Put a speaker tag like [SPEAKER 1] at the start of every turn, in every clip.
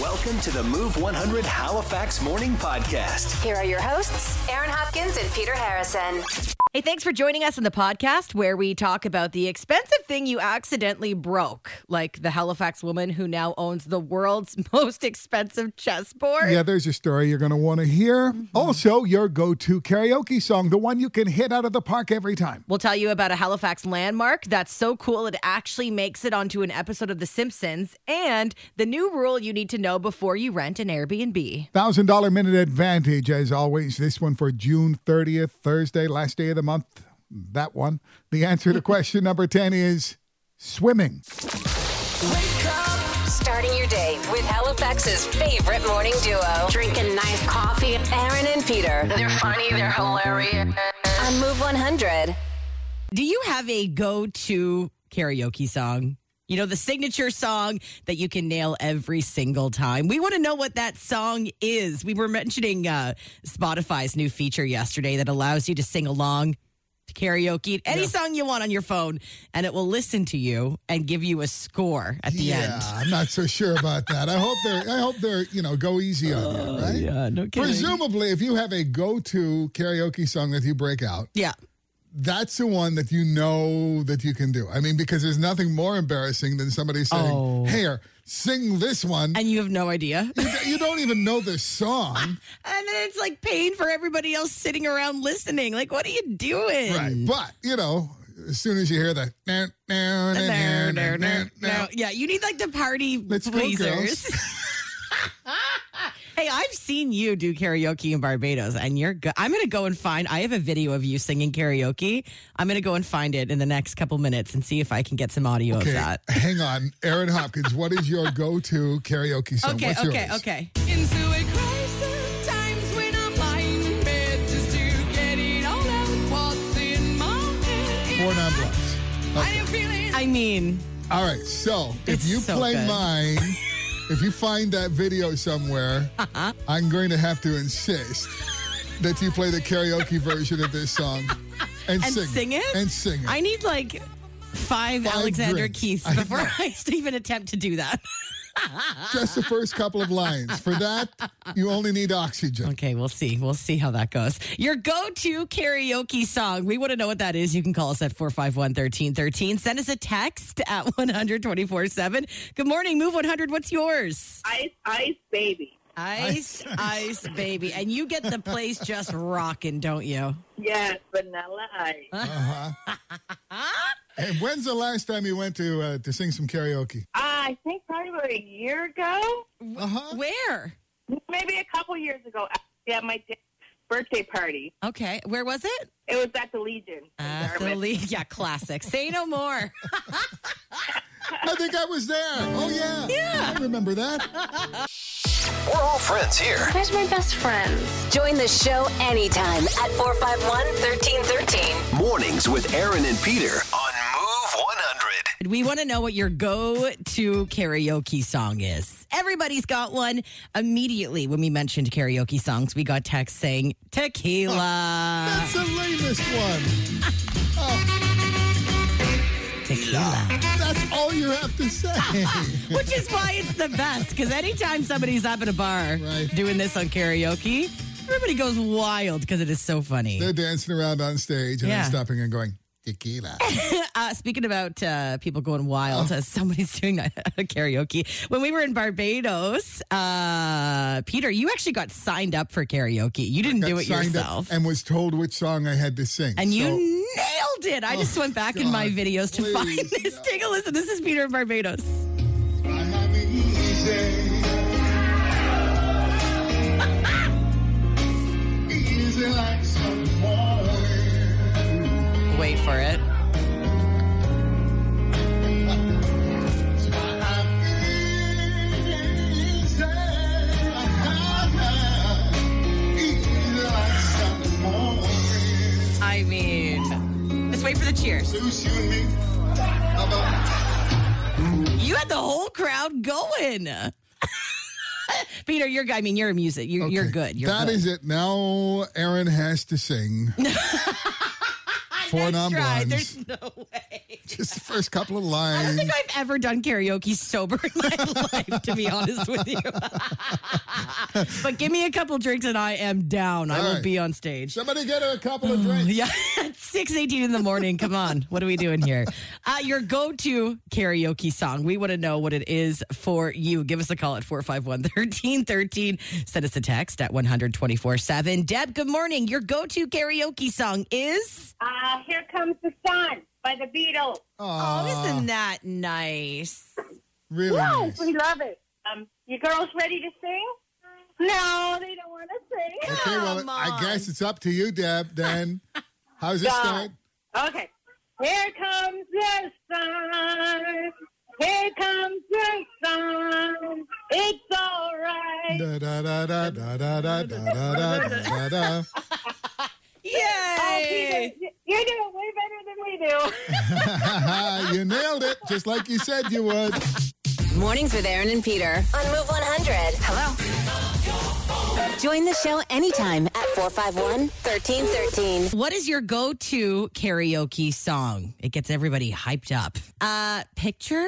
[SPEAKER 1] Welcome to the Move 100 Halifax Morning Podcast.
[SPEAKER 2] Here are your hosts, Aaron Hopkins and Peter Harrison.
[SPEAKER 3] Hey, thanks for joining us in the podcast where we talk about the expensive thing you accidentally broke, like the Halifax woman who now owns the world's most expensive chessboard.
[SPEAKER 4] Yeah, there's a story you're going to want to hear.
[SPEAKER 5] Mm-hmm.
[SPEAKER 4] Also, your go to karaoke song, the one you can hit out of the park every time.
[SPEAKER 3] We'll tell you about a Halifax landmark that's so cool it actually makes it onto an episode of The Simpsons and the new rule you need to know before you rent an Airbnb.
[SPEAKER 4] $1,000 minute advantage, as always. This one for June 30th, Thursday, last day of the month. That one. The answer to question number 10 is swimming.
[SPEAKER 2] Starting your day with Halifax's favorite morning duo. Drinking nice coffee. Aaron and Peter
[SPEAKER 6] They're funny, they're hilarious.
[SPEAKER 2] on Move 100.
[SPEAKER 5] Do you have a go to karaoke song? You know, the signature song that you can nail every single time. We want to know what that song is. We were mentioning uh, Spotify's new feature yesterday that allows you to sing along to karaoke, any song you want on your phone, and it will listen to you and give you a score at the
[SPEAKER 4] yeah, I'm not so sure about that. I hope they're, I hope they're, you know, go easy on you,
[SPEAKER 5] end.
[SPEAKER 4] right?
[SPEAKER 5] Oh, Yeah, no kidding.
[SPEAKER 4] Presumably, if you have a go to karaoke song that you break out,
[SPEAKER 5] yeah.
[SPEAKER 4] that's the one that you know that you can do. I mean, because there's nothing more embarrassing than somebody saying,
[SPEAKER 5] Oh.
[SPEAKER 4] "Here, sing this one."
[SPEAKER 5] And you have no idea.
[SPEAKER 4] you, you don't even know this song,
[SPEAKER 5] And then it's like pain for everybody else sitting around listening. Like, what are you doing?
[SPEAKER 4] right? But you know, as soon as you hear that, "Nah, nah, nah,
[SPEAKER 5] No,
[SPEAKER 4] nah, nah,
[SPEAKER 5] no,
[SPEAKER 4] nah,
[SPEAKER 5] no,
[SPEAKER 4] nah,"
[SPEAKER 5] no. Yeah, you need like the party
[SPEAKER 4] Let's go,
[SPEAKER 5] pleasers. hey, I've seen you do karaoke in Barbados, and you're good. I'm going to go and find. I have a video of you singing karaoke. I'm going to go and find it in the next couple minutes and see if I can get some audio of
[SPEAKER 4] okay,
[SPEAKER 5] that.
[SPEAKER 4] hang on, Aaron Hopkins. What is your go-to karaoke song?
[SPEAKER 5] Okay,
[SPEAKER 4] What's
[SPEAKER 5] okay,
[SPEAKER 4] yours?
[SPEAKER 5] okay.
[SPEAKER 7] Into a crisis, times when I'm lying in bed just to get it all out. What's in my head?
[SPEAKER 4] Four non blocks.
[SPEAKER 7] I am feeling
[SPEAKER 5] I mean,
[SPEAKER 4] All right, so if
[SPEAKER 5] It's
[SPEAKER 4] you
[SPEAKER 5] so
[SPEAKER 4] play
[SPEAKER 5] good.
[SPEAKER 4] mine, if you find that video somewhere,
[SPEAKER 5] Uh-huh.
[SPEAKER 4] I'm going to have to insist that you play the karaoke version of this song and,
[SPEAKER 5] and
[SPEAKER 4] sing,
[SPEAKER 5] sing it.
[SPEAKER 4] And sing it.
[SPEAKER 5] I need like five, Alexander
[SPEAKER 4] drinks.
[SPEAKER 5] Keiths
[SPEAKER 4] I
[SPEAKER 5] before
[SPEAKER 4] know.
[SPEAKER 5] I even attempt to do that.
[SPEAKER 4] Just the first couple of lines. For that, you only need oxygen.
[SPEAKER 5] Okay, we'll see. We'll see how that goes. Your go to karaoke song. We want to know what that is. You can call us at 451 1313. Send us a text at 124 7. Good morning, Move 100. What's yours?
[SPEAKER 8] Ice Ice Baby.
[SPEAKER 5] Ice, ice, baby. And you get the place just rocking, don't you?
[SPEAKER 8] Yes, Vanilla Ice.
[SPEAKER 4] And when's the last time you went to uh, to sing some karaoke?
[SPEAKER 8] I think probably about a year ago,
[SPEAKER 4] Uh-huh.
[SPEAKER 5] Where?
[SPEAKER 8] maybe a couple years ago, at my dad's birthday party.
[SPEAKER 5] Okay, where was it?
[SPEAKER 8] It was at the Legion. in
[SPEAKER 5] At the
[SPEAKER 8] Dartmouth.
[SPEAKER 5] league. Yeah, classic. Say no more.
[SPEAKER 4] I think I was there. Oh yeah. Yeah. I remember that.
[SPEAKER 1] We're all friends here.
[SPEAKER 9] Where's my best friend?
[SPEAKER 2] Join the show anytime at 451 1313.
[SPEAKER 1] Mornings with Aaron and Peter on Move 100.
[SPEAKER 5] We want to know what your go to karaoke song is. Everybody's got one. Immediately when we mentioned karaoke songs, we got texts saying tequila.
[SPEAKER 4] That's the lamest one.
[SPEAKER 5] Tequila.
[SPEAKER 4] That's all you have to say.
[SPEAKER 5] Which is why it's the best because anytime somebody's up at a bar
[SPEAKER 4] Right.
[SPEAKER 5] doing this on karaoke, everybody goes wild because it is so funny.
[SPEAKER 4] They're dancing around on stage and
[SPEAKER 5] Yeah.
[SPEAKER 4] I'm stopping and going, tequila.
[SPEAKER 5] Uh, speaking about uh, people going wild,
[SPEAKER 4] Oh.
[SPEAKER 5] uh, somebody's doing that karaoke. When we were in Barbados, uh, Peter, you actually got signed up for karaoke. You didn't
[SPEAKER 4] got
[SPEAKER 5] do it
[SPEAKER 4] signed up
[SPEAKER 5] yourself.
[SPEAKER 4] and was told which song I had to sing.
[SPEAKER 5] And you
[SPEAKER 4] So- Oh,
[SPEAKER 5] nailed it. I just went back in my
[SPEAKER 4] God,
[SPEAKER 5] videos to
[SPEAKER 4] please,
[SPEAKER 5] find this.
[SPEAKER 4] no.
[SPEAKER 5] Take a listen. This is Peter in Barbados.
[SPEAKER 4] I have it easy. Easy like some morning.
[SPEAKER 5] Wait for it.
[SPEAKER 4] I have it easy. I have it easy like some morning.
[SPEAKER 5] I mean, just wait for the cheers.
[SPEAKER 4] You shoot me. About-
[SPEAKER 5] You had the whole crowd going. Peter, you're. I mean, you're a music. You're, you're
[SPEAKER 4] Okay,
[SPEAKER 5] good. You're
[SPEAKER 4] That
[SPEAKER 5] good.
[SPEAKER 4] is it. Now Aaron has to sing. four non
[SPEAKER 5] try.
[SPEAKER 4] blondes.
[SPEAKER 5] There's no way.
[SPEAKER 4] Just the first couple of
[SPEAKER 5] I don't
[SPEAKER 4] lines.
[SPEAKER 5] think I've ever done karaoke sober in my life, to be honest with you. but give me a couple drinks and I am down. I
[SPEAKER 4] All
[SPEAKER 5] will
[SPEAKER 4] right.
[SPEAKER 5] be on stage.
[SPEAKER 4] Somebody get her a couple of drinks.
[SPEAKER 5] Mm, Yeah, six eighteen in the morning. Come on, what are we doing here? Uh, your go-to karaoke song. We want to know what it is for you. Give us a call at 451-1313. Send us a text at one hundred twenty four seven. Deb, good morning. Your go-to karaoke song is.
[SPEAKER 8] Uh, Here Comes the Sun by the Beatles.
[SPEAKER 4] Aw,
[SPEAKER 5] Oh, isn't that nice? Oh,
[SPEAKER 4] really nice.
[SPEAKER 8] We love it. Um, you girls ready to sing? No, they don't want to sing.
[SPEAKER 4] Okay, well,
[SPEAKER 5] Come
[SPEAKER 4] I
[SPEAKER 5] on.
[SPEAKER 4] guess it's up to you, Deb, then. How's it
[SPEAKER 8] Yeah.
[SPEAKER 4] start?
[SPEAKER 8] Okay. Here comes the sun. Here comes the sun. It's all right.
[SPEAKER 4] Da, da, da, da, da, da, da, da, da, da, da, da.
[SPEAKER 8] Oh, Peter,
[SPEAKER 5] Yay!
[SPEAKER 8] y- you do it way better than we do.
[SPEAKER 4] you nailed it, just like you said you would.
[SPEAKER 2] Mornings with Aaron and Peter on Move 100. Hello. Join the show anytime at 451 1313.
[SPEAKER 5] What is your go-to karaoke song? It gets everybody hyped up. Uh, picture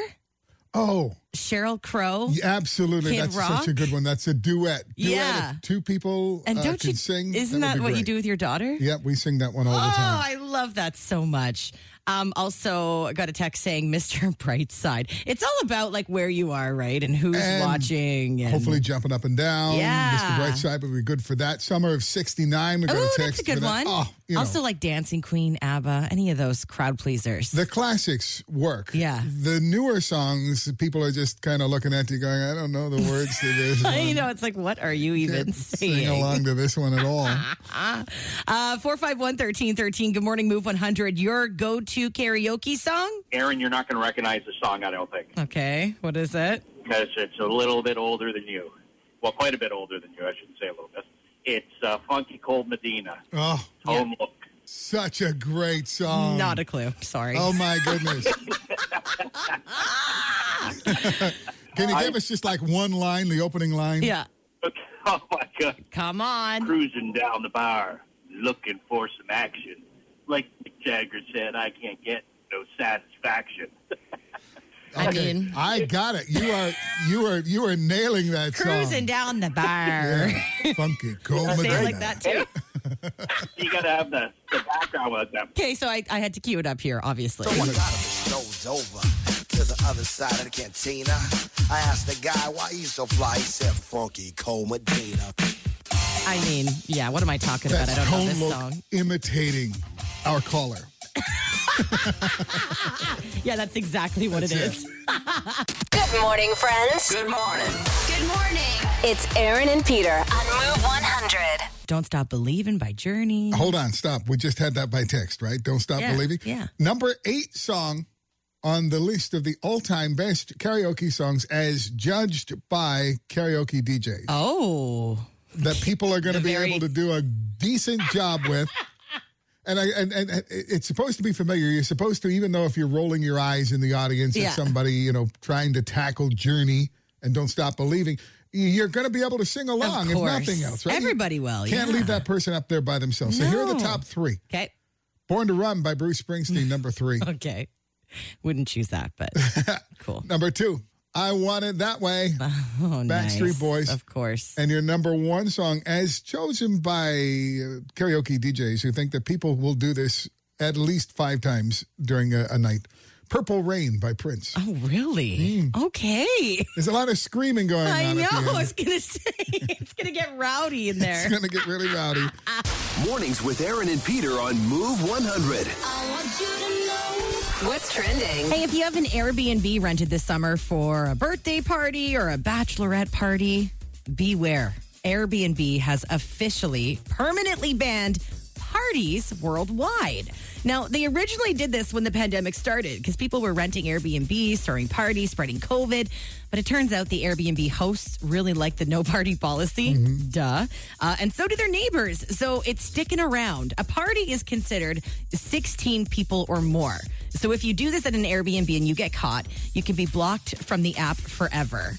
[SPEAKER 4] Oh,
[SPEAKER 5] Cheryl Crow.
[SPEAKER 4] yeah, absolutely.
[SPEAKER 5] Kid
[SPEAKER 4] That's
[SPEAKER 5] Rock?
[SPEAKER 4] such a good one. That's a duet. duet
[SPEAKER 5] Yeah.
[SPEAKER 4] if Two people
[SPEAKER 5] And
[SPEAKER 4] uh,
[SPEAKER 5] don't
[SPEAKER 4] can
[SPEAKER 5] you
[SPEAKER 4] sing.
[SPEAKER 5] Isn't
[SPEAKER 4] would
[SPEAKER 5] that
[SPEAKER 4] be
[SPEAKER 5] what you
[SPEAKER 4] great.
[SPEAKER 5] do with your daughter?
[SPEAKER 4] Yeah, we sing that one all the
[SPEAKER 5] Oh,
[SPEAKER 4] time.
[SPEAKER 5] I love that so much. Um, also, I got a text saying Mr. Brightside. It's all about like where you are, right? And who's
[SPEAKER 4] And
[SPEAKER 5] watching. And
[SPEAKER 4] Hopefully, jumping up and down.
[SPEAKER 5] Yeah.
[SPEAKER 4] Mr. Brightside would be good for that. Summer of 69. We got
[SPEAKER 5] Oh,
[SPEAKER 4] a
[SPEAKER 5] that's
[SPEAKER 4] text
[SPEAKER 5] a good
[SPEAKER 4] for that.
[SPEAKER 5] one.
[SPEAKER 4] Oh, you know,
[SPEAKER 5] also, like Dancing Queen, ABBA, any of those crowd pleasers.
[SPEAKER 4] the classics work.
[SPEAKER 5] Yeah.
[SPEAKER 4] The newer songs, people are just kind of looking at you going, I don't know the words to this.
[SPEAKER 5] you
[SPEAKER 4] one.
[SPEAKER 5] know, it's like, what are you even
[SPEAKER 4] Can't sing
[SPEAKER 5] saying?
[SPEAKER 4] along to this one at all.
[SPEAKER 5] Uh, 451 1313. Good morning, Move 100. Your go to karaoke song?
[SPEAKER 9] Aaron, you're not going to recognize the song, I don't think,
[SPEAKER 5] Okay. What is it?
[SPEAKER 9] because it's a little bit older than you. Well, quite a bit older than you, I shouldn't say a little bit. It's uh, Funky Cold Medina,
[SPEAKER 4] Oh,
[SPEAKER 9] Home Look.
[SPEAKER 4] such a great song.
[SPEAKER 5] Not a clue. Sorry.
[SPEAKER 4] Oh my goodness. Can you give us just like one line, the opening line?
[SPEAKER 5] yeah.
[SPEAKER 9] Oh, my God.
[SPEAKER 5] Come on.
[SPEAKER 9] Cruising down the bar, looking for some action. Like Mick Jagger said, I can't get no satisfaction.
[SPEAKER 5] I mean,
[SPEAKER 4] I got it. You are you are you are nailing that
[SPEAKER 5] cruising
[SPEAKER 4] song.
[SPEAKER 5] down the bar.
[SPEAKER 4] Yeah. Funky cold
[SPEAKER 5] Say
[SPEAKER 4] Medina.
[SPEAKER 5] it like that too.
[SPEAKER 9] you got to have the, the background with them.
[SPEAKER 5] Okay, so I, I had to cue it up here, obviously.
[SPEAKER 4] Oh
[SPEAKER 10] goes over to the other side of the cantina. I asked the guy why he's so fly. He said, "Funky Cold Medina."
[SPEAKER 5] I mean, yeah, what am I talking about?
[SPEAKER 4] That's
[SPEAKER 5] I don't know
[SPEAKER 4] Cone
[SPEAKER 5] this
[SPEAKER 4] Look
[SPEAKER 5] song.
[SPEAKER 4] imitating our caller.
[SPEAKER 5] Yeah, that's exactly what it
[SPEAKER 4] That's
[SPEAKER 5] is.
[SPEAKER 2] Good morning, friends. Good morning. Good morning. It's Aaron and Peter on Move 100.
[SPEAKER 5] Don't Stop Believing by Journey.
[SPEAKER 4] Hold on, stop. We just had that by text, right? Don't stop
[SPEAKER 5] Yeah,
[SPEAKER 4] believing.
[SPEAKER 5] yeah.
[SPEAKER 4] Number eight song on the list of the all-time best karaoke songs, as judged by karaoke DJs.
[SPEAKER 5] Oh.
[SPEAKER 4] that people are going to
[SPEAKER 5] The
[SPEAKER 4] be
[SPEAKER 5] very-
[SPEAKER 4] able to do a decent job with. And, I, and and and it's supposed to be familiar. You're supposed to, even though if you're rolling your eyes in the audience
[SPEAKER 5] Yeah.
[SPEAKER 4] at somebody, you know, trying to tackle Journey and Don't Stop Believing, you're going to be able to sing along,
[SPEAKER 5] of
[SPEAKER 4] if
[SPEAKER 5] course.
[SPEAKER 4] nothing else. Right? You
[SPEAKER 5] Everybody will.
[SPEAKER 4] can't
[SPEAKER 5] yeah.
[SPEAKER 4] leave that person up there by themselves. So here are the
[SPEAKER 5] No.
[SPEAKER 4] top three:
[SPEAKER 5] Okay.
[SPEAKER 4] "Born to Run" by Bruce Springsteen, number three.
[SPEAKER 5] Okay. Wouldn't choose that, but cool.
[SPEAKER 4] number two, "I Want It That Way."
[SPEAKER 5] Oh,
[SPEAKER 4] Backstreet
[SPEAKER 5] nice.
[SPEAKER 4] Boys.
[SPEAKER 5] Of course.
[SPEAKER 4] And your number one song, as chosen by uh, karaoke DJs who think that people will do this at least five times during a, a night, Purple Rain by Prince.
[SPEAKER 5] Oh, really? Okay.
[SPEAKER 4] There's a lot of screaming going
[SPEAKER 5] I
[SPEAKER 4] Mm. on.
[SPEAKER 5] know.
[SPEAKER 4] At the
[SPEAKER 5] I
[SPEAKER 4] end.
[SPEAKER 5] was going to say, it's going to get rowdy in there.
[SPEAKER 4] It's going to get really rowdy.
[SPEAKER 1] Mornings with Aaron and Peter on Move 100.
[SPEAKER 2] What's trending?
[SPEAKER 5] Hey, if you have an Airbnb rented this summer for a birthday party or a bachelorette party, beware. Airbnb has officially permanently banned parties worldwide. Now, they originally did this when the pandemic started because people were renting Airbnbs, throwing parties, spreading COVID. But it turns out the Airbnb hosts really like the no party policy. Duh. Uh, and so do their neighbors. So it's sticking around. A party is considered 16 people or more. So if you do this at an Airbnb and you get caught, you can be blocked from the app forever.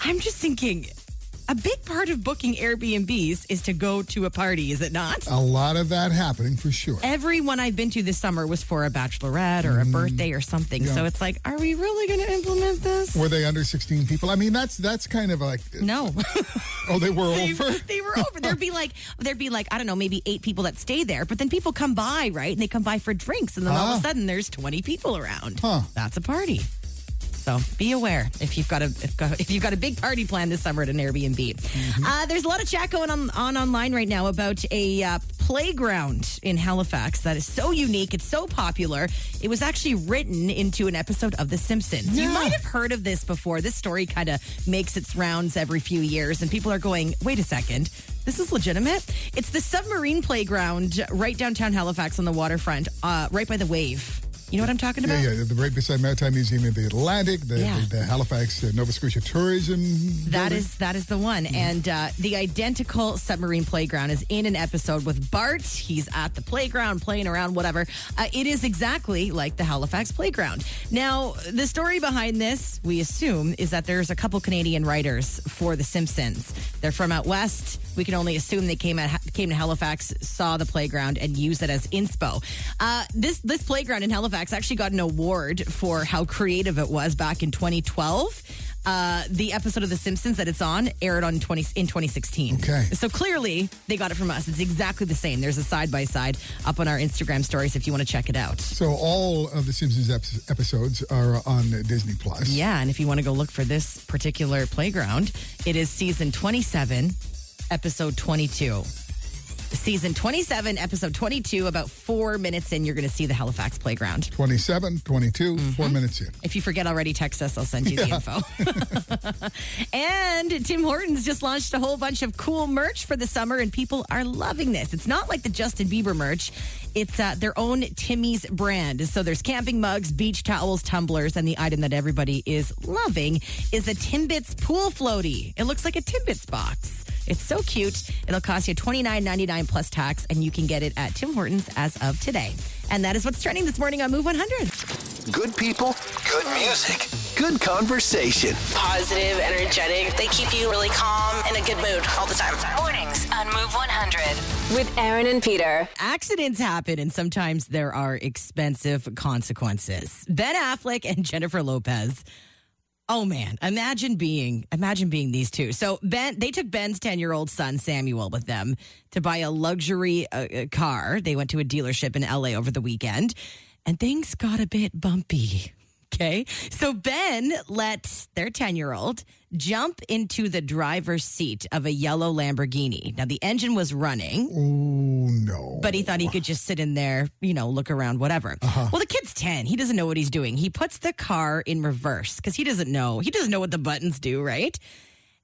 [SPEAKER 5] I'm just thinking, a big part of booking Airbnbs is to go to a party, is it not?
[SPEAKER 4] A lot of that happening for sure.
[SPEAKER 5] Everyone I've been to this summer was for a bachelorette or a birthday or something.
[SPEAKER 4] Yeah.
[SPEAKER 5] So it's like, are we really going to implement this?
[SPEAKER 4] Were they under 16 people? I mean, that's that's kind of like
[SPEAKER 5] No.
[SPEAKER 4] oh, they were over.
[SPEAKER 5] they were over. There'd be like there'd be like I don't know, maybe eight people that stay there, but then people come by, right? And they come by for drinks, and then all of
[SPEAKER 4] Ah.
[SPEAKER 5] a sudden there's twenty people around.
[SPEAKER 4] Huh.
[SPEAKER 5] That's a party. So be aware if you've got a if, got- if you've got a big party plan this summer at an Airbnb. Uh, there's a lot of chat going on, on online right now about a uh, playground in Halifax that is so unique. It's so popular. It was actually written into an episode of The Simpsons. You
[SPEAKER 4] Yeah.
[SPEAKER 5] might have heard of this before. This story kind of makes its rounds every few years, and people are going, "Wait a second, this is legitimate." It's the submarine playground right downtown Halifax on the waterfront, uh, right by the wave. You know what I'm talking about?
[SPEAKER 4] Yeah, yeah, the right beside Maritime Museum of the Atlantic, the,
[SPEAKER 5] Yeah.
[SPEAKER 4] the, the Halifax, uh, Nova Scotia Tourism.
[SPEAKER 5] That
[SPEAKER 4] building.
[SPEAKER 5] is that is the one, and uh, the identical submarine playground is in an episode with Bart. He's at the playground playing around, whatever. Uh, it is exactly like the Halifax playground. Now, the story behind this, we assume, is that there's a couple Canadian writers for The Simpsons. They're from out west. We can only assume they came at, came to Halifax, saw the playground, and used it as inspo. Uh, this this playground in Halifax actually got an award for how creative it was back in 2012 uh, the episode of The Simpsons that it's on aired on 20, in 2016.
[SPEAKER 4] Okay.
[SPEAKER 5] So clearly they got it from us. It's exactly the same. There's a side by side up on our Instagram stories if you want to check it out.
[SPEAKER 4] So all of the Simpsons ep- episodes are on Disney Plus.
[SPEAKER 5] Yeah, and if you want to go look for this particular playground, it is season 27, episode 22. Season 27, episode 22, about four minutes in, you're going to see the Halifax playground.
[SPEAKER 4] 27, 22, four
[SPEAKER 5] Mm-hmm.
[SPEAKER 4] minutes in.
[SPEAKER 5] If you forget already, text us. I'll send you the info. and Tim Hortons just launched a whole bunch of cool merch for the summer, and people are loving this. It's not like the Justin Bieber merch, it's uh, their own Timmy's brand. So there's camping mugs, beach towels, tumblers, and the item that everybody is loving is a Timbits pool floaty. It looks like a Timbits box. It's so cute. It'll cost you $29.99 plus tax, and you can get it at Tim Hortons as of today. And that is what's trending this morning on Move 100.
[SPEAKER 1] Good people, good music, good conversation.
[SPEAKER 2] Positive, energetic. They keep you really calm and in a good mood all the time.
[SPEAKER 6] Mornings on Move 100.
[SPEAKER 2] With Aaron and Peter.
[SPEAKER 5] accidents happen and sometimes there are expensive consequences. Ben Affleck and Jennifer Lopez. Oh man, imagine being imagine being these two. So Ben, they took Ben's 10-year-old son Samuel with them to buy a luxury uh, uh, car. They went to a dealership in LA over the weekend and things got a bit bumpy. Okay. So Ben let their 10 year old jump into the driver's seat of a yellow Lamborghini. Now, the engine was running
[SPEAKER 4] Oh, no.
[SPEAKER 5] but he thought he could just sit in there, you know, look around, whatever. Well, the kid's 10. He doesn't know what he's doing. He puts the car in reverse because he doesn't know. He doesn't know what the buttons do, right?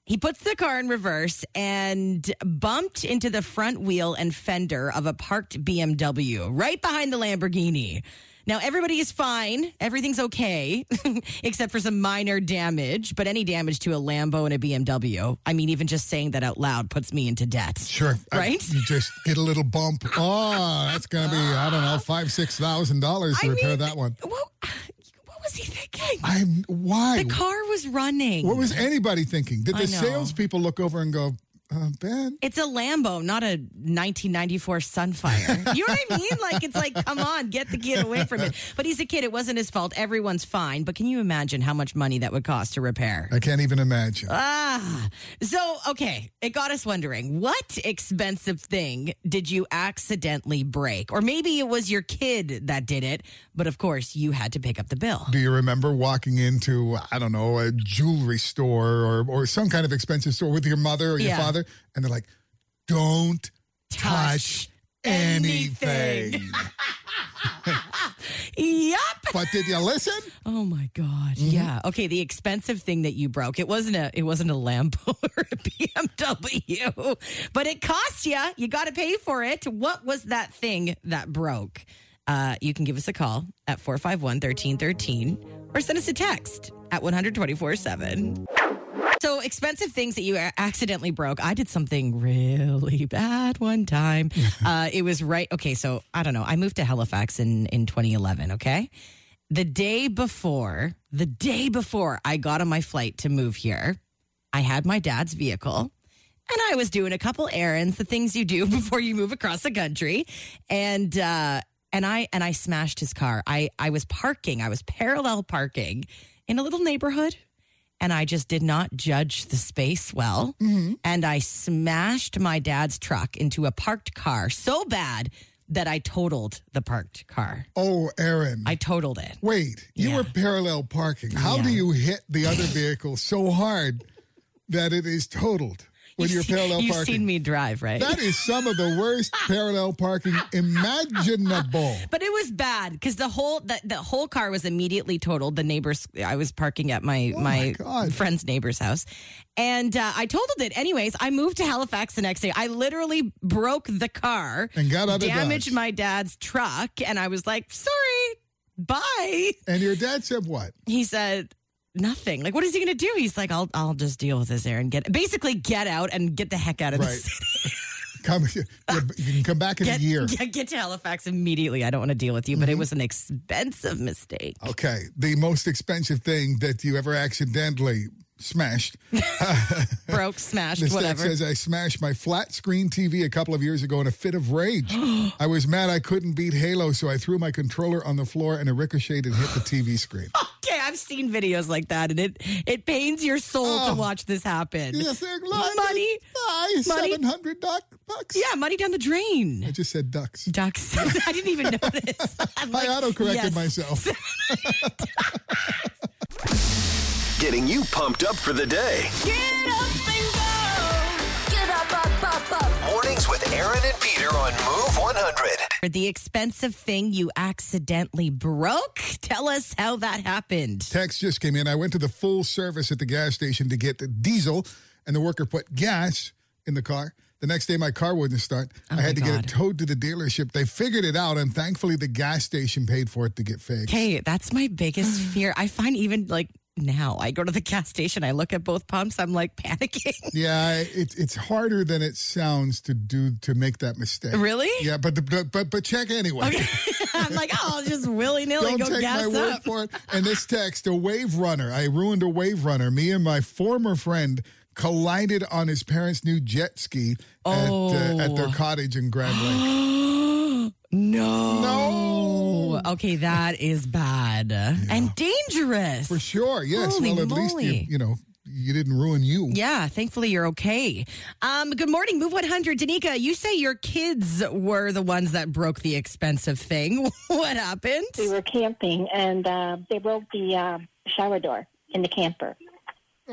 [SPEAKER 5] He puts the car in reverse and bumped into the front wheel and fender of a parked BMW right behind the Lamborghini. Now, everybody is fine. Everything's okay, except for some minor damage. But any damage to a Lambo and a BMW, I mean, even just saying that out loud puts me into debt.
[SPEAKER 4] Sure. I-
[SPEAKER 5] Right?
[SPEAKER 4] you just get a little bump. Oh, that's going to be, I don't know, five, six thousand dollars to repair that one.
[SPEAKER 5] What, what was he thinking?
[SPEAKER 4] I'm, why?
[SPEAKER 5] the car was running.
[SPEAKER 4] What was anybody thinking? Did
[SPEAKER 5] I
[SPEAKER 4] the
[SPEAKER 5] know.
[SPEAKER 4] salespeople look over and go, uh, Ben?
[SPEAKER 5] it's a Lambo, not a 1994 Sunfire. You know what I mean? Like, it's like, come on, get the kid away from it. But he's a kid. It wasn't his fault. Everyone's fine. But can you imagine how much money that would cost to repair?
[SPEAKER 4] I can't even imagine.
[SPEAKER 5] Ah. So, okay, it got us wondering what expensive thing did you accidentally break? Or maybe it was your kid that did it, but of course, you had to pick up the bill.
[SPEAKER 4] Do you remember walking into, I don't know, a jewelry store or, or some kind of expensive store with your mother or your
[SPEAKER 5] Yeah.
[SPEAKER 4] father? And they're like, don't touch,
[SPEAKER 5] Touch
[SPEAKER 4] anything.
[SPEAKER 5] anything." Yup.
[SPEAKER 4] but did you listen?
[SPEAKER 5] Oh my god! Yeah. Okay. The expensive thing that you broke. It wasn't a. It wasn't a Lambo or a BMW, but it cost you. You got to pay for it. What was that thing that broke? Uh, you can give us a call at 451-1313 or send us a text at 124-7. So expensive things that you accidentally broke. I did something really bad one time. uh, it was right. Okay, so I don't know. I moved to Halifax in in 2011. Okay, the day before, the day before I got on my flight to move here, I had my dad's vehicle. and I was doing a couple errands, the things you do before you move across the country, and uh, and I and I smashed his car. I I was parking, I was parallel parking in a little neighborhood, and I just did not judge the space well, and I smashed my dad's truck into a parked car so bad that I totaled the parked car.
[SPEAKER 4] Oh, Aaron.
[SPEAKER 5] I totaled it.
[SPEAKER 4] Wait, you were parallel parking. How do you hit the other vehicle so hard that it is totaled when
[SPEAKER 5] You've
[SPEAKER 4] you're
[SPEAKER 5] seen-
[SPEAKER 4] parallel
[SPEAKER 5] you've
[SPEAKER 4] parking?
[SPEAKER 5] seen me drive, right?
[SPEAKER 4] That is some of the worst parallel parking imaginable.
[SPEAKER 5] But it was bad because the whole the, the whole car was immediately totaled. The neighbors I was parking at my my,
[SPEAKER 4] Oh God.
[SPEAKER 5] friend's neighbor's house, and uh, I totaled it. Anyways, I moved to Halifax the next day. I literally broke the car
[SPEAKER 4] And got out of
[SPEAKER 5] damaged
[SPEAKER 4] Dodge.
[SPEAKER 5] my dad's truck, and I was like, "Sorry, bye."
[SPEAKER 4] And your dad said what?
[SPEAKER 5] He said. Nothing. Like, what is he going to do? He's like, I'll, I'll just deal with this, Aaron. Get basically get out and get the heck out of
[SPEAKER 4] Right.
[SPEAKER 5] the city.
[SPEAKER 4] Come, you can come back in
[SPEAKER 5] Get,
[SPEAKER 4] a year. Mm-hmm.
[SPEAKER 5] get, get to Halifax immediately. I don't want to deal with you, but it was an expensive mistake.
[SPEAKER 4] Okay, the most expensive thing that you ever accidentally smashed.
[SPEAKER 5] broke, smashed,
[SPEAKER 4] The stack
[SPEAKER 5] whatever.
[SPEAKER 4] says I smashed my flat screen TV a couple of years ago in a fit of rage. I was mad I couldn't beat Halo, so I threw my controller on the floor and it ricocheted and hit the TV screen.
[SPEAKER 5] okay, I've seen videos like that, and it it pains your soul to watch this happen.
[SPEAKER 4] Oh. yes, they're lying.
[SPEAKER 5] Money.
[SPEAKER 4] Aye,
[SPEAKER 5] Money.
[SPEAKER 4] 700 duck, bucks.
[SPEAKER 5] Yeah, money down the drain.
[SPEAKER 4] I just said ducks.
[SPEAKER 5] Ducks. I didn't even notice. I'm
[SPEAKER 4] I
[SPEAKER 5] like, yes.
[SPEAKER 4] auto-corrected myself.
[SPEAKER 1] Getting you pumped up for the day.
[SPEAKER 6] Get up, up, up, up.
[SPEAKER 1] Mornings with Aaron and Peter on Move 100.
[SPEAKER 5] The expensive thing you accidentally broke. Tell us how that happened.
[SPEAKER 4] Text just came in. I went to the full service at the gas station to get the diesel, and the worker put gas in the car. The next day, my car wouldn't start. I had to
[SPEAKER 5] Oh my
[SPEAKER 4] get
[SPEAKER 5] God.
[SPEAKER 4] it towed to the dealership. They figured it out, and thankfully, the gas station paid for it to get fixed.
[SPEAKER 5] Okay, that's my biggest fear. I find even like now, I go to the gas station, I look at both pumps, I'm like panicking.
[SPEAKER 4] Yeah, it's it's harder than it sounds to do to make that mistake.
[SPEAKER 5] Really?
[SPEAKER 4] Yeah, but the, but but- but check anyway.
[SPEAKER 5] I'm like, oh, I'll just willy nilly
[SPEAKER 4] Don't
[SPEAKER 5] go
[SPEAKER 4] take my
[SPEAKER 5] gas
[SPEAKER 4] word
[SPEAKER 5] up.
[SPEAKER 4] for it. And this text, a wave runner. I ruined a wave runner. Me and my former friend collided on his parents' new jet ski at, uh, at
[SPEAKER 5] Oh.
[SPEAKER 4] their cottage in Grand Lake.
[SPEAKER 5] No.
[SPEAKER 4] No.
[SPEAKER 5] Okay, that is bad and dangerous.
[SPEAKER 4] For sure, yes.
[SPEAKER 5] Holy
[SPEAKER 4] well, at least you,
[SPEAKER 5] moly.
[SPEAKER 4] you know you didn't ruin you.
[SPEAKER 5] Yeah, thankfully you're okay. Um, good morning, Move 100. Danica, you say your kids were the ones that broke the expensive thing. what happened?
[SPEAKER 11] We were camping, and uh, they broke the uh, shower door in the camper.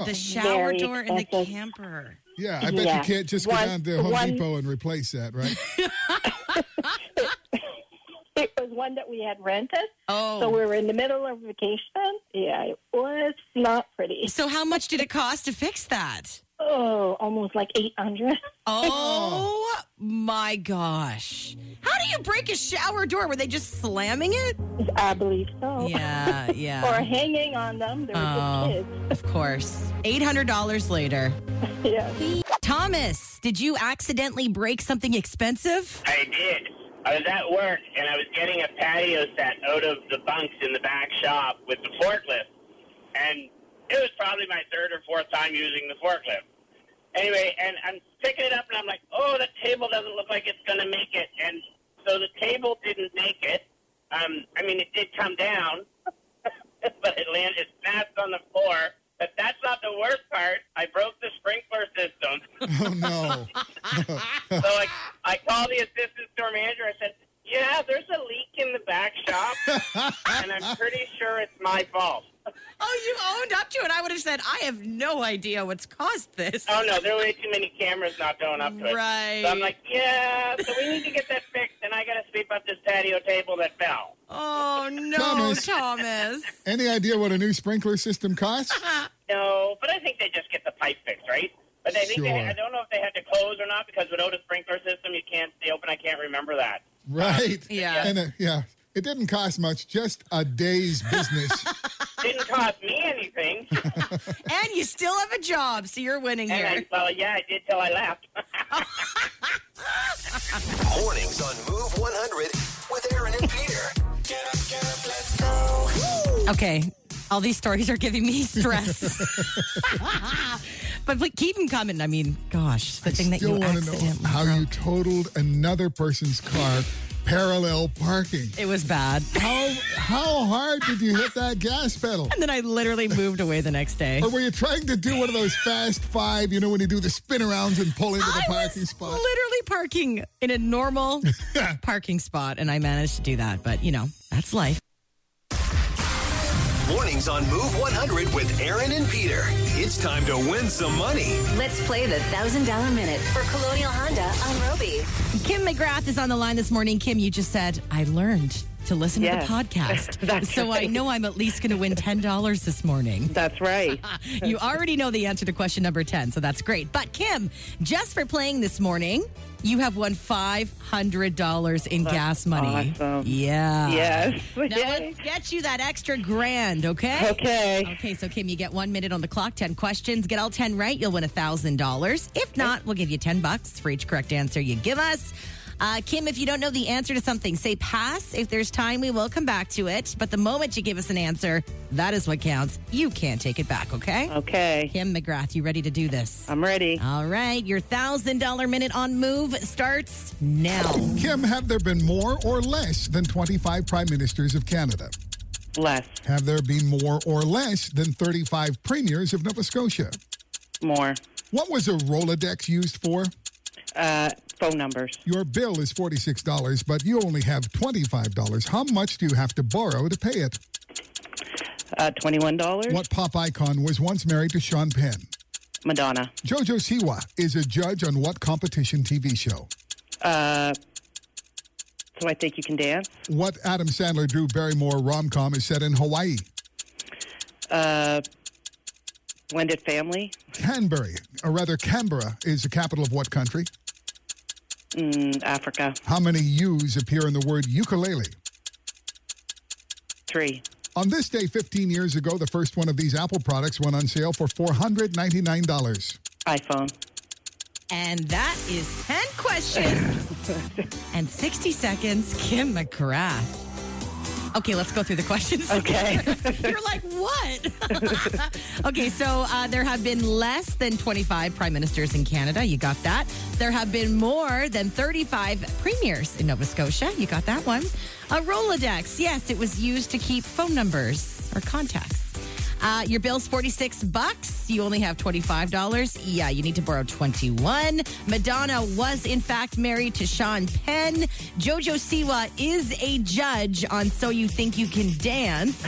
[SPEAKER 5] The shower
[SPEAKER 11] Very
[SPEAKER 5] door in the
[SPEAKER 11] expensive.
[SPEAKER 5] camper.
[SPEAKER 4] Yeah, I bet
[SPEAKER 11] Yeah.
[SPEAKER 4] you can't just
[SPEAKER 11] One-
[SPEAKER 4] go down to Home
[SPEAKER 11] one-
[SPEAKER 4] Depot and replace that, right?
[SPEAKER 11] It was one that we had rented,
[SPEAKER 5] Oh.
[SPEAKER 11] so we were in the middle of vacation. Yeah, it was not pretty.
[SPEAKER 5] so how much did it cost to fix that?
[SPEAKER 11] Oh, almost like eight hundred.
[SPEAKER 5] Oh my gosh. How do you break a shower door? Were they just slamming it?
[SPEAKER 11] I believe so.
[SPEAKER 5] Yeah, yeah.
[SPEAKER 11] Oh. Or hanging on them. They were
[SPEAKER 5] Oh.
[SPEAKER 11] just kids.
[SPEAKER 5] Of course. $800 later.
[SPEAKER 11] Yeah.
[SPEAKER 5] Thomas, did you accidentally break something expensive?
[SPEAKER 9] I did. I was at work and I was getting a patio set out of the bunks in the back shop with the forklift. And it was probably my third or fourth time using the forklift. Anyway, and I'm picking it up and I'm like, oh, the table doesn't look like it's going to make it. And so the table didn't make it. Um, I mean, it did come down, but it landed, it snapped on the floor. But that's not the worst part. I broke the sprinkler system.
[SPEAKER 4] oh no.
[SPEAKER 9] So I, I called the assistant store manager. I said, "Yeah, there's a leak in the back shop, and I'm pretty sure it's my fault."
[SPEAKER 5] Oh, you owned up to it. I would have said, I have no idea what's caused this.
[SPEAKER 9] Oh no, there were way too many cameras not going up to it.
[SPEAKER 5] Right.
[SPEAKER 9] So I'm like, "Yeah, so we need to get that fixed, and I got to sweep up this patio table that fell."
[SPEAKER 5] Oh, no,
[SPEAKER 4] Thomas.
[SPEAKER 5] Thomas.
[SPEAKER 4] Any idea what a new sprinkler system costs?
[SPEAKER 9] No, but I think they just get the pipe fixed, right? But I think they,
[SPEAKER 4] Sure.
[SPEAKER 9] I don't know if they had to close or not because without a sprinkler system, you can't stay open. I can't remember that.
[SPEAKER 4] Right.
[SPEAKER 5] Yeah.
[SPEAKER 4] And uh, yeah, it didn't cost much, just a day's business.
[SPEAKER 9] Didn't cost me anything,
[SPEAKER 5] and you still have a job, so you're winning
[SPEAKER 9] and
[SPEAKER 5] here.
[SPEAKER 9] I, well, yeah, I did till I left.
[SPEAKER 1] Mornings on Move 100 with Aaron and Peter.
[SPEAKER 5] Okay. All these stories are giving me stress. but please keep them coming. I mean, gosh, the thing that
[SPEAKER 4] Still
[SPEAKER 5] you
[SPEAKER 4] want to
[SPEAKER 5] accidentally.
[SPEAKER 4] know how you totaled another person's car parallel parking.
[SPEAKER 5] It was bad.
[SPEAKER 4] How how hard did you hit that gas pedal?
[SPEAKER 5] And then I literally moved away the next day.
[SPEAKER 4] Or were you trying to do one of those fast five, you know, when you do the spin arounds and pull into the
[SPEAKER 5] I
[SPEAKER 4] parking
[SPEAKER 5] was
[SPEAKER 4] spot?
[SPEAKER 5] literally parking in a normal parking spot, and I managed to do that. But you know, that's life.
[SPEAKER 1] Mornings on Move 100 with Aaron and Peter. It's time to win some money.
[SPEAKER 2] Let's play the $1,000 minute for Colonial Honda on Roby.
[SPEAKER 5] Kim McGrath is on the line this morning. Kim, you just said I learned to listen
[SPEAKER 2] Yes.
[SPEAKER 5] to the podcast, so I know I'm at least going to win ten dollars this morning.
[SPEAKER 12] That's right.
[SPEAKER 5] you already know the answer to question number ten, so that's great. But Kim, just for playing this morning, you have won five hundred dollars in gas money. Yeah.
[SPEAKER 12] Yes.
[SPEAKER 5] Now let's get you that extra grand, okay?
[SPEAKER 12] Okay.
[SPEAKER 5] Okay, so Kim, you get one minute on the clock, 10 questions. Get all 10 right, you'll win $1,000. If not, we'll give you 10 bucks for each correct answer you give us. Uh, Kim, if you don't know the answer to something, say pass. If there's time, we will come back to it. But the moment you give us an answer, that is what counts. You can't take it back, okay?
[SPEAKER 12] Okay.
[SPEAKER 5] Kim McGrath, you ready to do this?
[SPEAKER 12] I'm ready.
[SPEAKER 5] All right, your $1,000 minute on move starts now.
[SPEAKER 4] Kim, have there been more or less than 25 prime ministers of Canada?
[SPEAKER 12] Less.
[SPEAKER 4] Have there been more or less than 35 premiers of Nova Scotia?
[SPEAKER 12] More.
[SPEAKER 4] What was a Rolodex used for?
[SPEAKER 12] Uh, phone numbers.
[SPEAKER 4] Your bill is $46, but you only have $25. How much do you have to borrow to pay it?
[SPEAKER 12] Uh, $21.
[SPEAKER 4] What pop icon was once married to Sean Penn?
[SPEAKER 12] Madonna.
[SPEAKER 4] Jojo Siwa is a judge on what competition TV show?
[SPEAKER 12] Uh, so I think you can dance.
[SPEAKER 4] What Adam Sandler Drew Barrymore rom com is set in Hawaii?
[SPEAKER 12] Uh, blended family.
[SPEAKER 4] Canberra, or rather Canberra, is the capital of what country?
[SPEAKER 12] Mm, Africa.
[SPEAKER 4] How many U's appear in the word ukulele?
[SPEAKER 12] Three.
[SPEAKER 4] On this day 15 years ago, the first one of these Apple products went on sale for $499.
[SPEAKER 12] iPhone.
[SPEAKER 5] And that is 10 questions and 60 seconds. Kim McGrath. Okay, let's go through the questions.
[SPEAKER 12] Okay.
[SPEAKER 5] You're like, what? okay, so uh, there have been less than 25 prime ministers in Canada. You got that. There have been more than 35 premiers in Nova Scotia. You got that one. A Rolodex. Yes, it was used to keep phone numbers or contacts. Uh, your bill's 46 bucks. You only have $25. Yeah, you need to borrow 21. Madonna was in fact married to Sean Penn. Jojo Siwa is a judge on So You Think You Can Dance.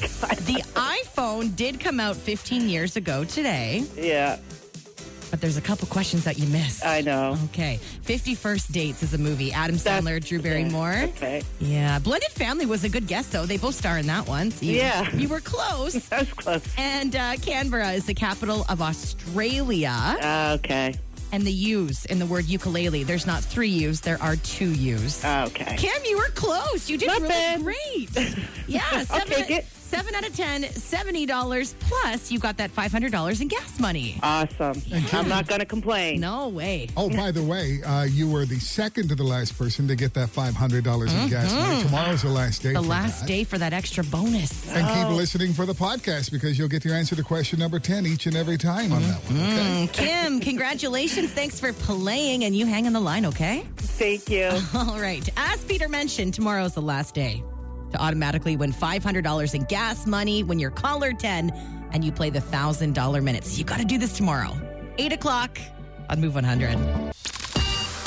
[SPEAKER 5] The iPhone did come out 15 years ago today.
[SPEAKER 12] Yeah.
[SPEAKER 5] But there's a couple questions that you missed.
[SPEAKER 9] Uh,
[SPEAKER 12] I know.
[SPEAKER 5] Okay. 51st Dates is a movie. Adam Sandler, Oh, Drew Barrymore.
[SPEAKER 12] Okay.
[SPEAKER 5] Yeah. Blended Family was a good guess, though. They both star in that one. So you,
[SPEAKER 12] Yeah.
[SPEAKER 5] You were close.
[SPEAKER 12] I was close.
[SPEAKER 5] And uh, Canberra is the capital of Australia.
[SPEAKER 12] okay.
[SPEAKER 5] And the U's in the word ukulele. There's not three U's, there are two U's.
[SPEAKER 12] Okay.
[SPEAKER 5] Kim, you were close. You did
[SPEAKER 12] Not
[SPEAKER 5] really
[SPEAKER 12] bad.
[SPEAKER 5] great. Yeah, seven,
[SPEAKER 12] Okay, good.
[SPEAKER 5] seven out of ten, seventy dollars plus. You got that five hundred dollars in gas money.
[SPEAKER 12] Awesome. I'm not going to complain.
[SPEAKER 5] No way.
[SPEAKER 4] Oh, by the way, uh, you were the second to the last person to get that $500 in gas money. Tomorrow's the last day.
[SPEAKER 5] Mm-hmm. The
[SPEAKER 4] for
[SPEAKER 5] last
[SPEAKER 4] that.
[SPEAKER 5] day Oh. for that extra bonus.
[SPEAKER 4] And keep listening for the podcast because you'll get your answer to question number 10 each and every time on that one.
[SPEAKER 5] Mm-hmm.
[SPEAKER 4] Okay?
[SPEAKER 5] Kim, congratulations. Thanks for playing, and you hang on the line, okay?
[SPEAKER 12] Thank you.
[SPEAKER 5] All right. As Peter mentioned, tomorrow's the last day to automatically win $500 in gas money when you're caller 10 and you play the $1,000 minutes. You got to do this tomorrow, 8 o'clock on Move 100.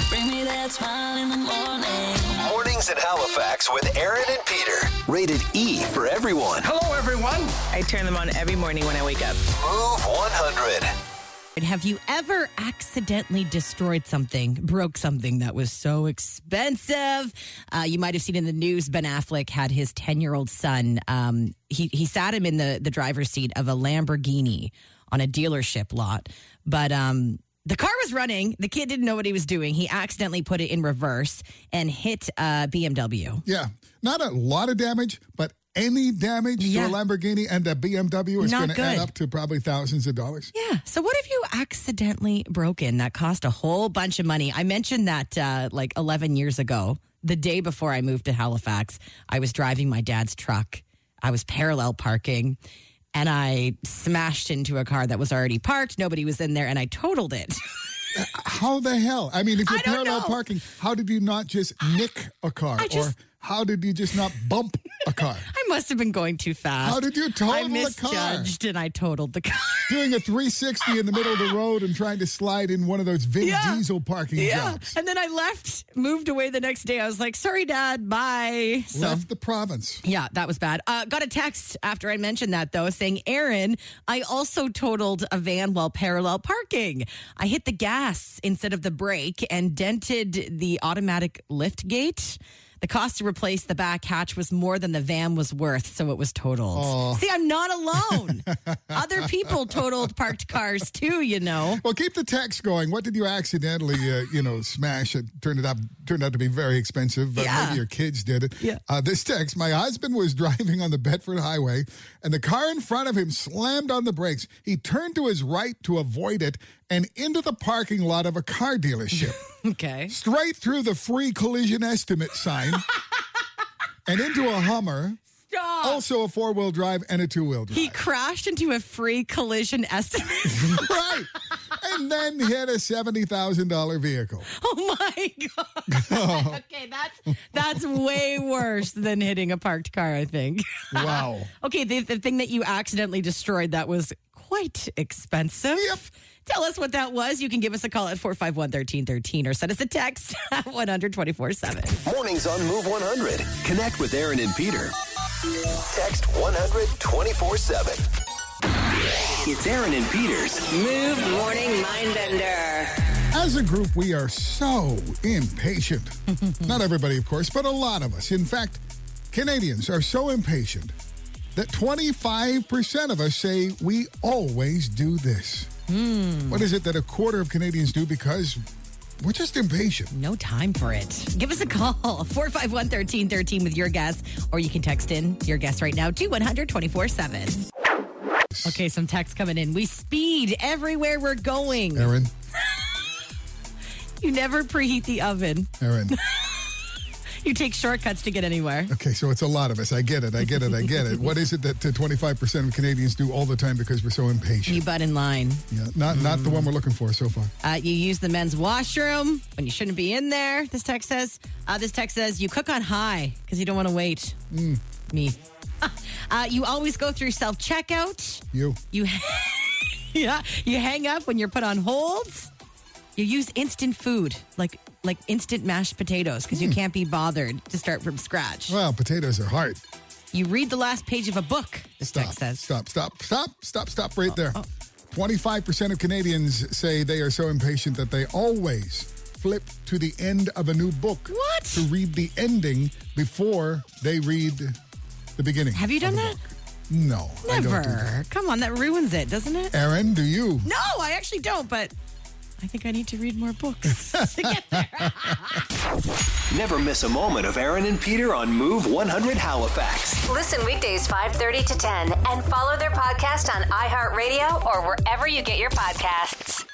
[SPEAKER 1] Bring me that smile in the morning. Mornings in Halifax with Aaron and Peter. Rated E for everyone.
[SPEAKER 13] Hello, everyone. I turn them on every morning when I wake up.
[SPEAKER 1] Move 100.
[SPEAKER 5] Have you ever accidentally destroyed something, broke something that was so expensive? Uh, you might have seen in the news Ben Affleck had his 10 year old son. Um, he, he sat him in the, the driver's seat of a Lamborghini on a dealership lot. But um, the car was running. The kid didn't know what he was doing. He accidentally put it in reverse and hit uh, a BMW.
[SPEAKER 4] Yeah. Not a lot of damage, but any damage
[SPEAKER 5] Yeah.
[SPEAKER 4] to a Lamborghini and a BMW is
[SPEAKER 5] Not
[SPEAKER 4] going to add
[SPEAKER 5] good.
[SPEAKER 4] up to probably thousands of dollars.
[SPEAKER 5] Yeah. So what have you accidentally broken that cost a whole bunch of money? I mentioned that uh, like 11 years ago, the day before I moved to Halifax, I was driving my dad's truck. I was parallel parking and I smashed into a car that was already parked. Nobody was in there and I totaled it.
[SPEAKER 4] How the hell? I mean, if you're parallel parking, how did you not just nick a car?
[SPEAKER 5] I just-
[SPEAKER 4] or how did you just not bump a car?
[SPEAKER 5] I must have been going too fast.
[SPEAKER 4] How did you total
[SPEAKER 5] I
[SPEAKER 4] the car?
[SPEAKER 5] misjudged and I totaled the car.
[SPEAKER 4] Doing a 360 in the middle of the road and trying to slide in one of those Vin Diesel parking
[SPEAKER 5] yeah.
[SPEAKER 4] jobs.
[SPEAKER 5] And then I left, moved away the next day. I was like, sorry, Dad, bye.
[SPEAKER 4] Left the province.
[SPEAKER 5] Yeah, that was bad. Uh, got a text after I mentioned that, though, saying, Aaron, I also totaled a van while parallel parking. I hit the gas instead of the brake and dented the automatic lift gate. The cost to replace the back hatch was more than the van was worth, so it was totaled. See, I'm not alone. Other people totaled parked cars too, you know.
[SPEAKER 4] Well, keep the text going. What did you accidentally, uh, you know, smash? It turned it up turned out to be very expensive. Uh,
[SPEAKER 5] Yeah.
[SPEAKER 4] Maybe your kids did it.
[SPEAKER 5] Yeah.
[SPEAKER 4] Uh, this text: My husband was driving on the Bedford Highway, and the car in front of him slammed on the brakes. He turned to his right to avoid it, and into the parking lot of a car dealership,
[SPEAKER 5] Okay.
[SPEAKER 4] straight through the free collision estimate sign, and into a Hummer.
[SPEAKER 5] Stop.
[SPEAKER 4] Also a four wheel drive and a two wheel drive.
[SPEAKER 5] He crashed into a free collision estimate.
[SPEAKER 4] right. And then hit a $70,000 vehicle.
[SPEAKER 5] Oh my god. okay, that's that's way worse than hitting a parked car, I think.
[SPEAKER 4] Wow.
[SPEAKER 5] okay, the, the thing that you accidentally destroyed that was quite expensive. Yep. Tell us what that was. You can give us a call at 451-1313 or send us a text at 124-7.
[SPEAKER 1] Mornings on Move 100. Connect with Aaron and Peter. Text 100 24 7. It's Aaron and Peter's Move
[SPEAKER 2] Morning Mindbender.
[SPEAKER 4] As a group, we are so impatient. Not everybody, of course, but a lot of us. In fact, Canadians are so impatient that 25% of us say we always do this. What is it that a quarter of Canadians do because we're just impatient?
[SPEAKER 5] No time for it. Give us a call 451-1313 with your guess or you can text in your guess right now to 124-7. Okay, some text coming in. We speed everywhere we're going.
[SPEAKER 4] Aaron,
[SPEAKER 5] You never preheat the oven.
[SPEAKER 4] Aaron.
[SPEAKER 5] You take shortcuts to get anywhere.
[SPEAKER 4] Okay, so it's a lot of us. I get it. I get it. I get it. What is it that uh, 25% of Canadians do all the time because we're so impatient?
[SPEAKER 5] You butt in line.
[SPEAKER 4] Yeah, not not the one we're looking for so far.
[SPEAKER 5] Uh, you use the men's washroom when you shouldn't be in there. This text says. Uh, this text says you cook on high because you don't want to wait. Me. uh, you always go through self checkout.
[SPEAKER 4] You.
[SPEAKER 5] You. yeah. You hang up when you're put on holds. You use instant food like like instant mashed potatoes because you can't be bothered to start from scratch.
[SPEAKER 4] Well, potatoes are hard.
[SPEAKER 5] You read the last page of a book. This
[SPEAKER 4] Stop.
[SPEAKER 5] text says.
[SPEAKER 4] Stop, stop, stop, stop, stop right there. 25% of Canadians say they are so impatient that they always flip to the end of a new book. What? To read the ending before they read the beginning.
[SPEAKER 5] Have you done that?
[SPEAKER 4] No. I don't do that.
[SPEAKER 5] Never. Come on, that ruins it, doesn't it?
[SPEAKER 4] Aaron, do you?
[SPEAKER 5] No, I actually don't, but I think I need to read more books.
[SPEAKER 1] Never miss a moment of Aaron and Peter on Move 100 Halifax.
[SPEAKER 2] Listen weekdays 5:30 to 10 and follow their podcast on iHeartRadio or wherever you get your podcasts.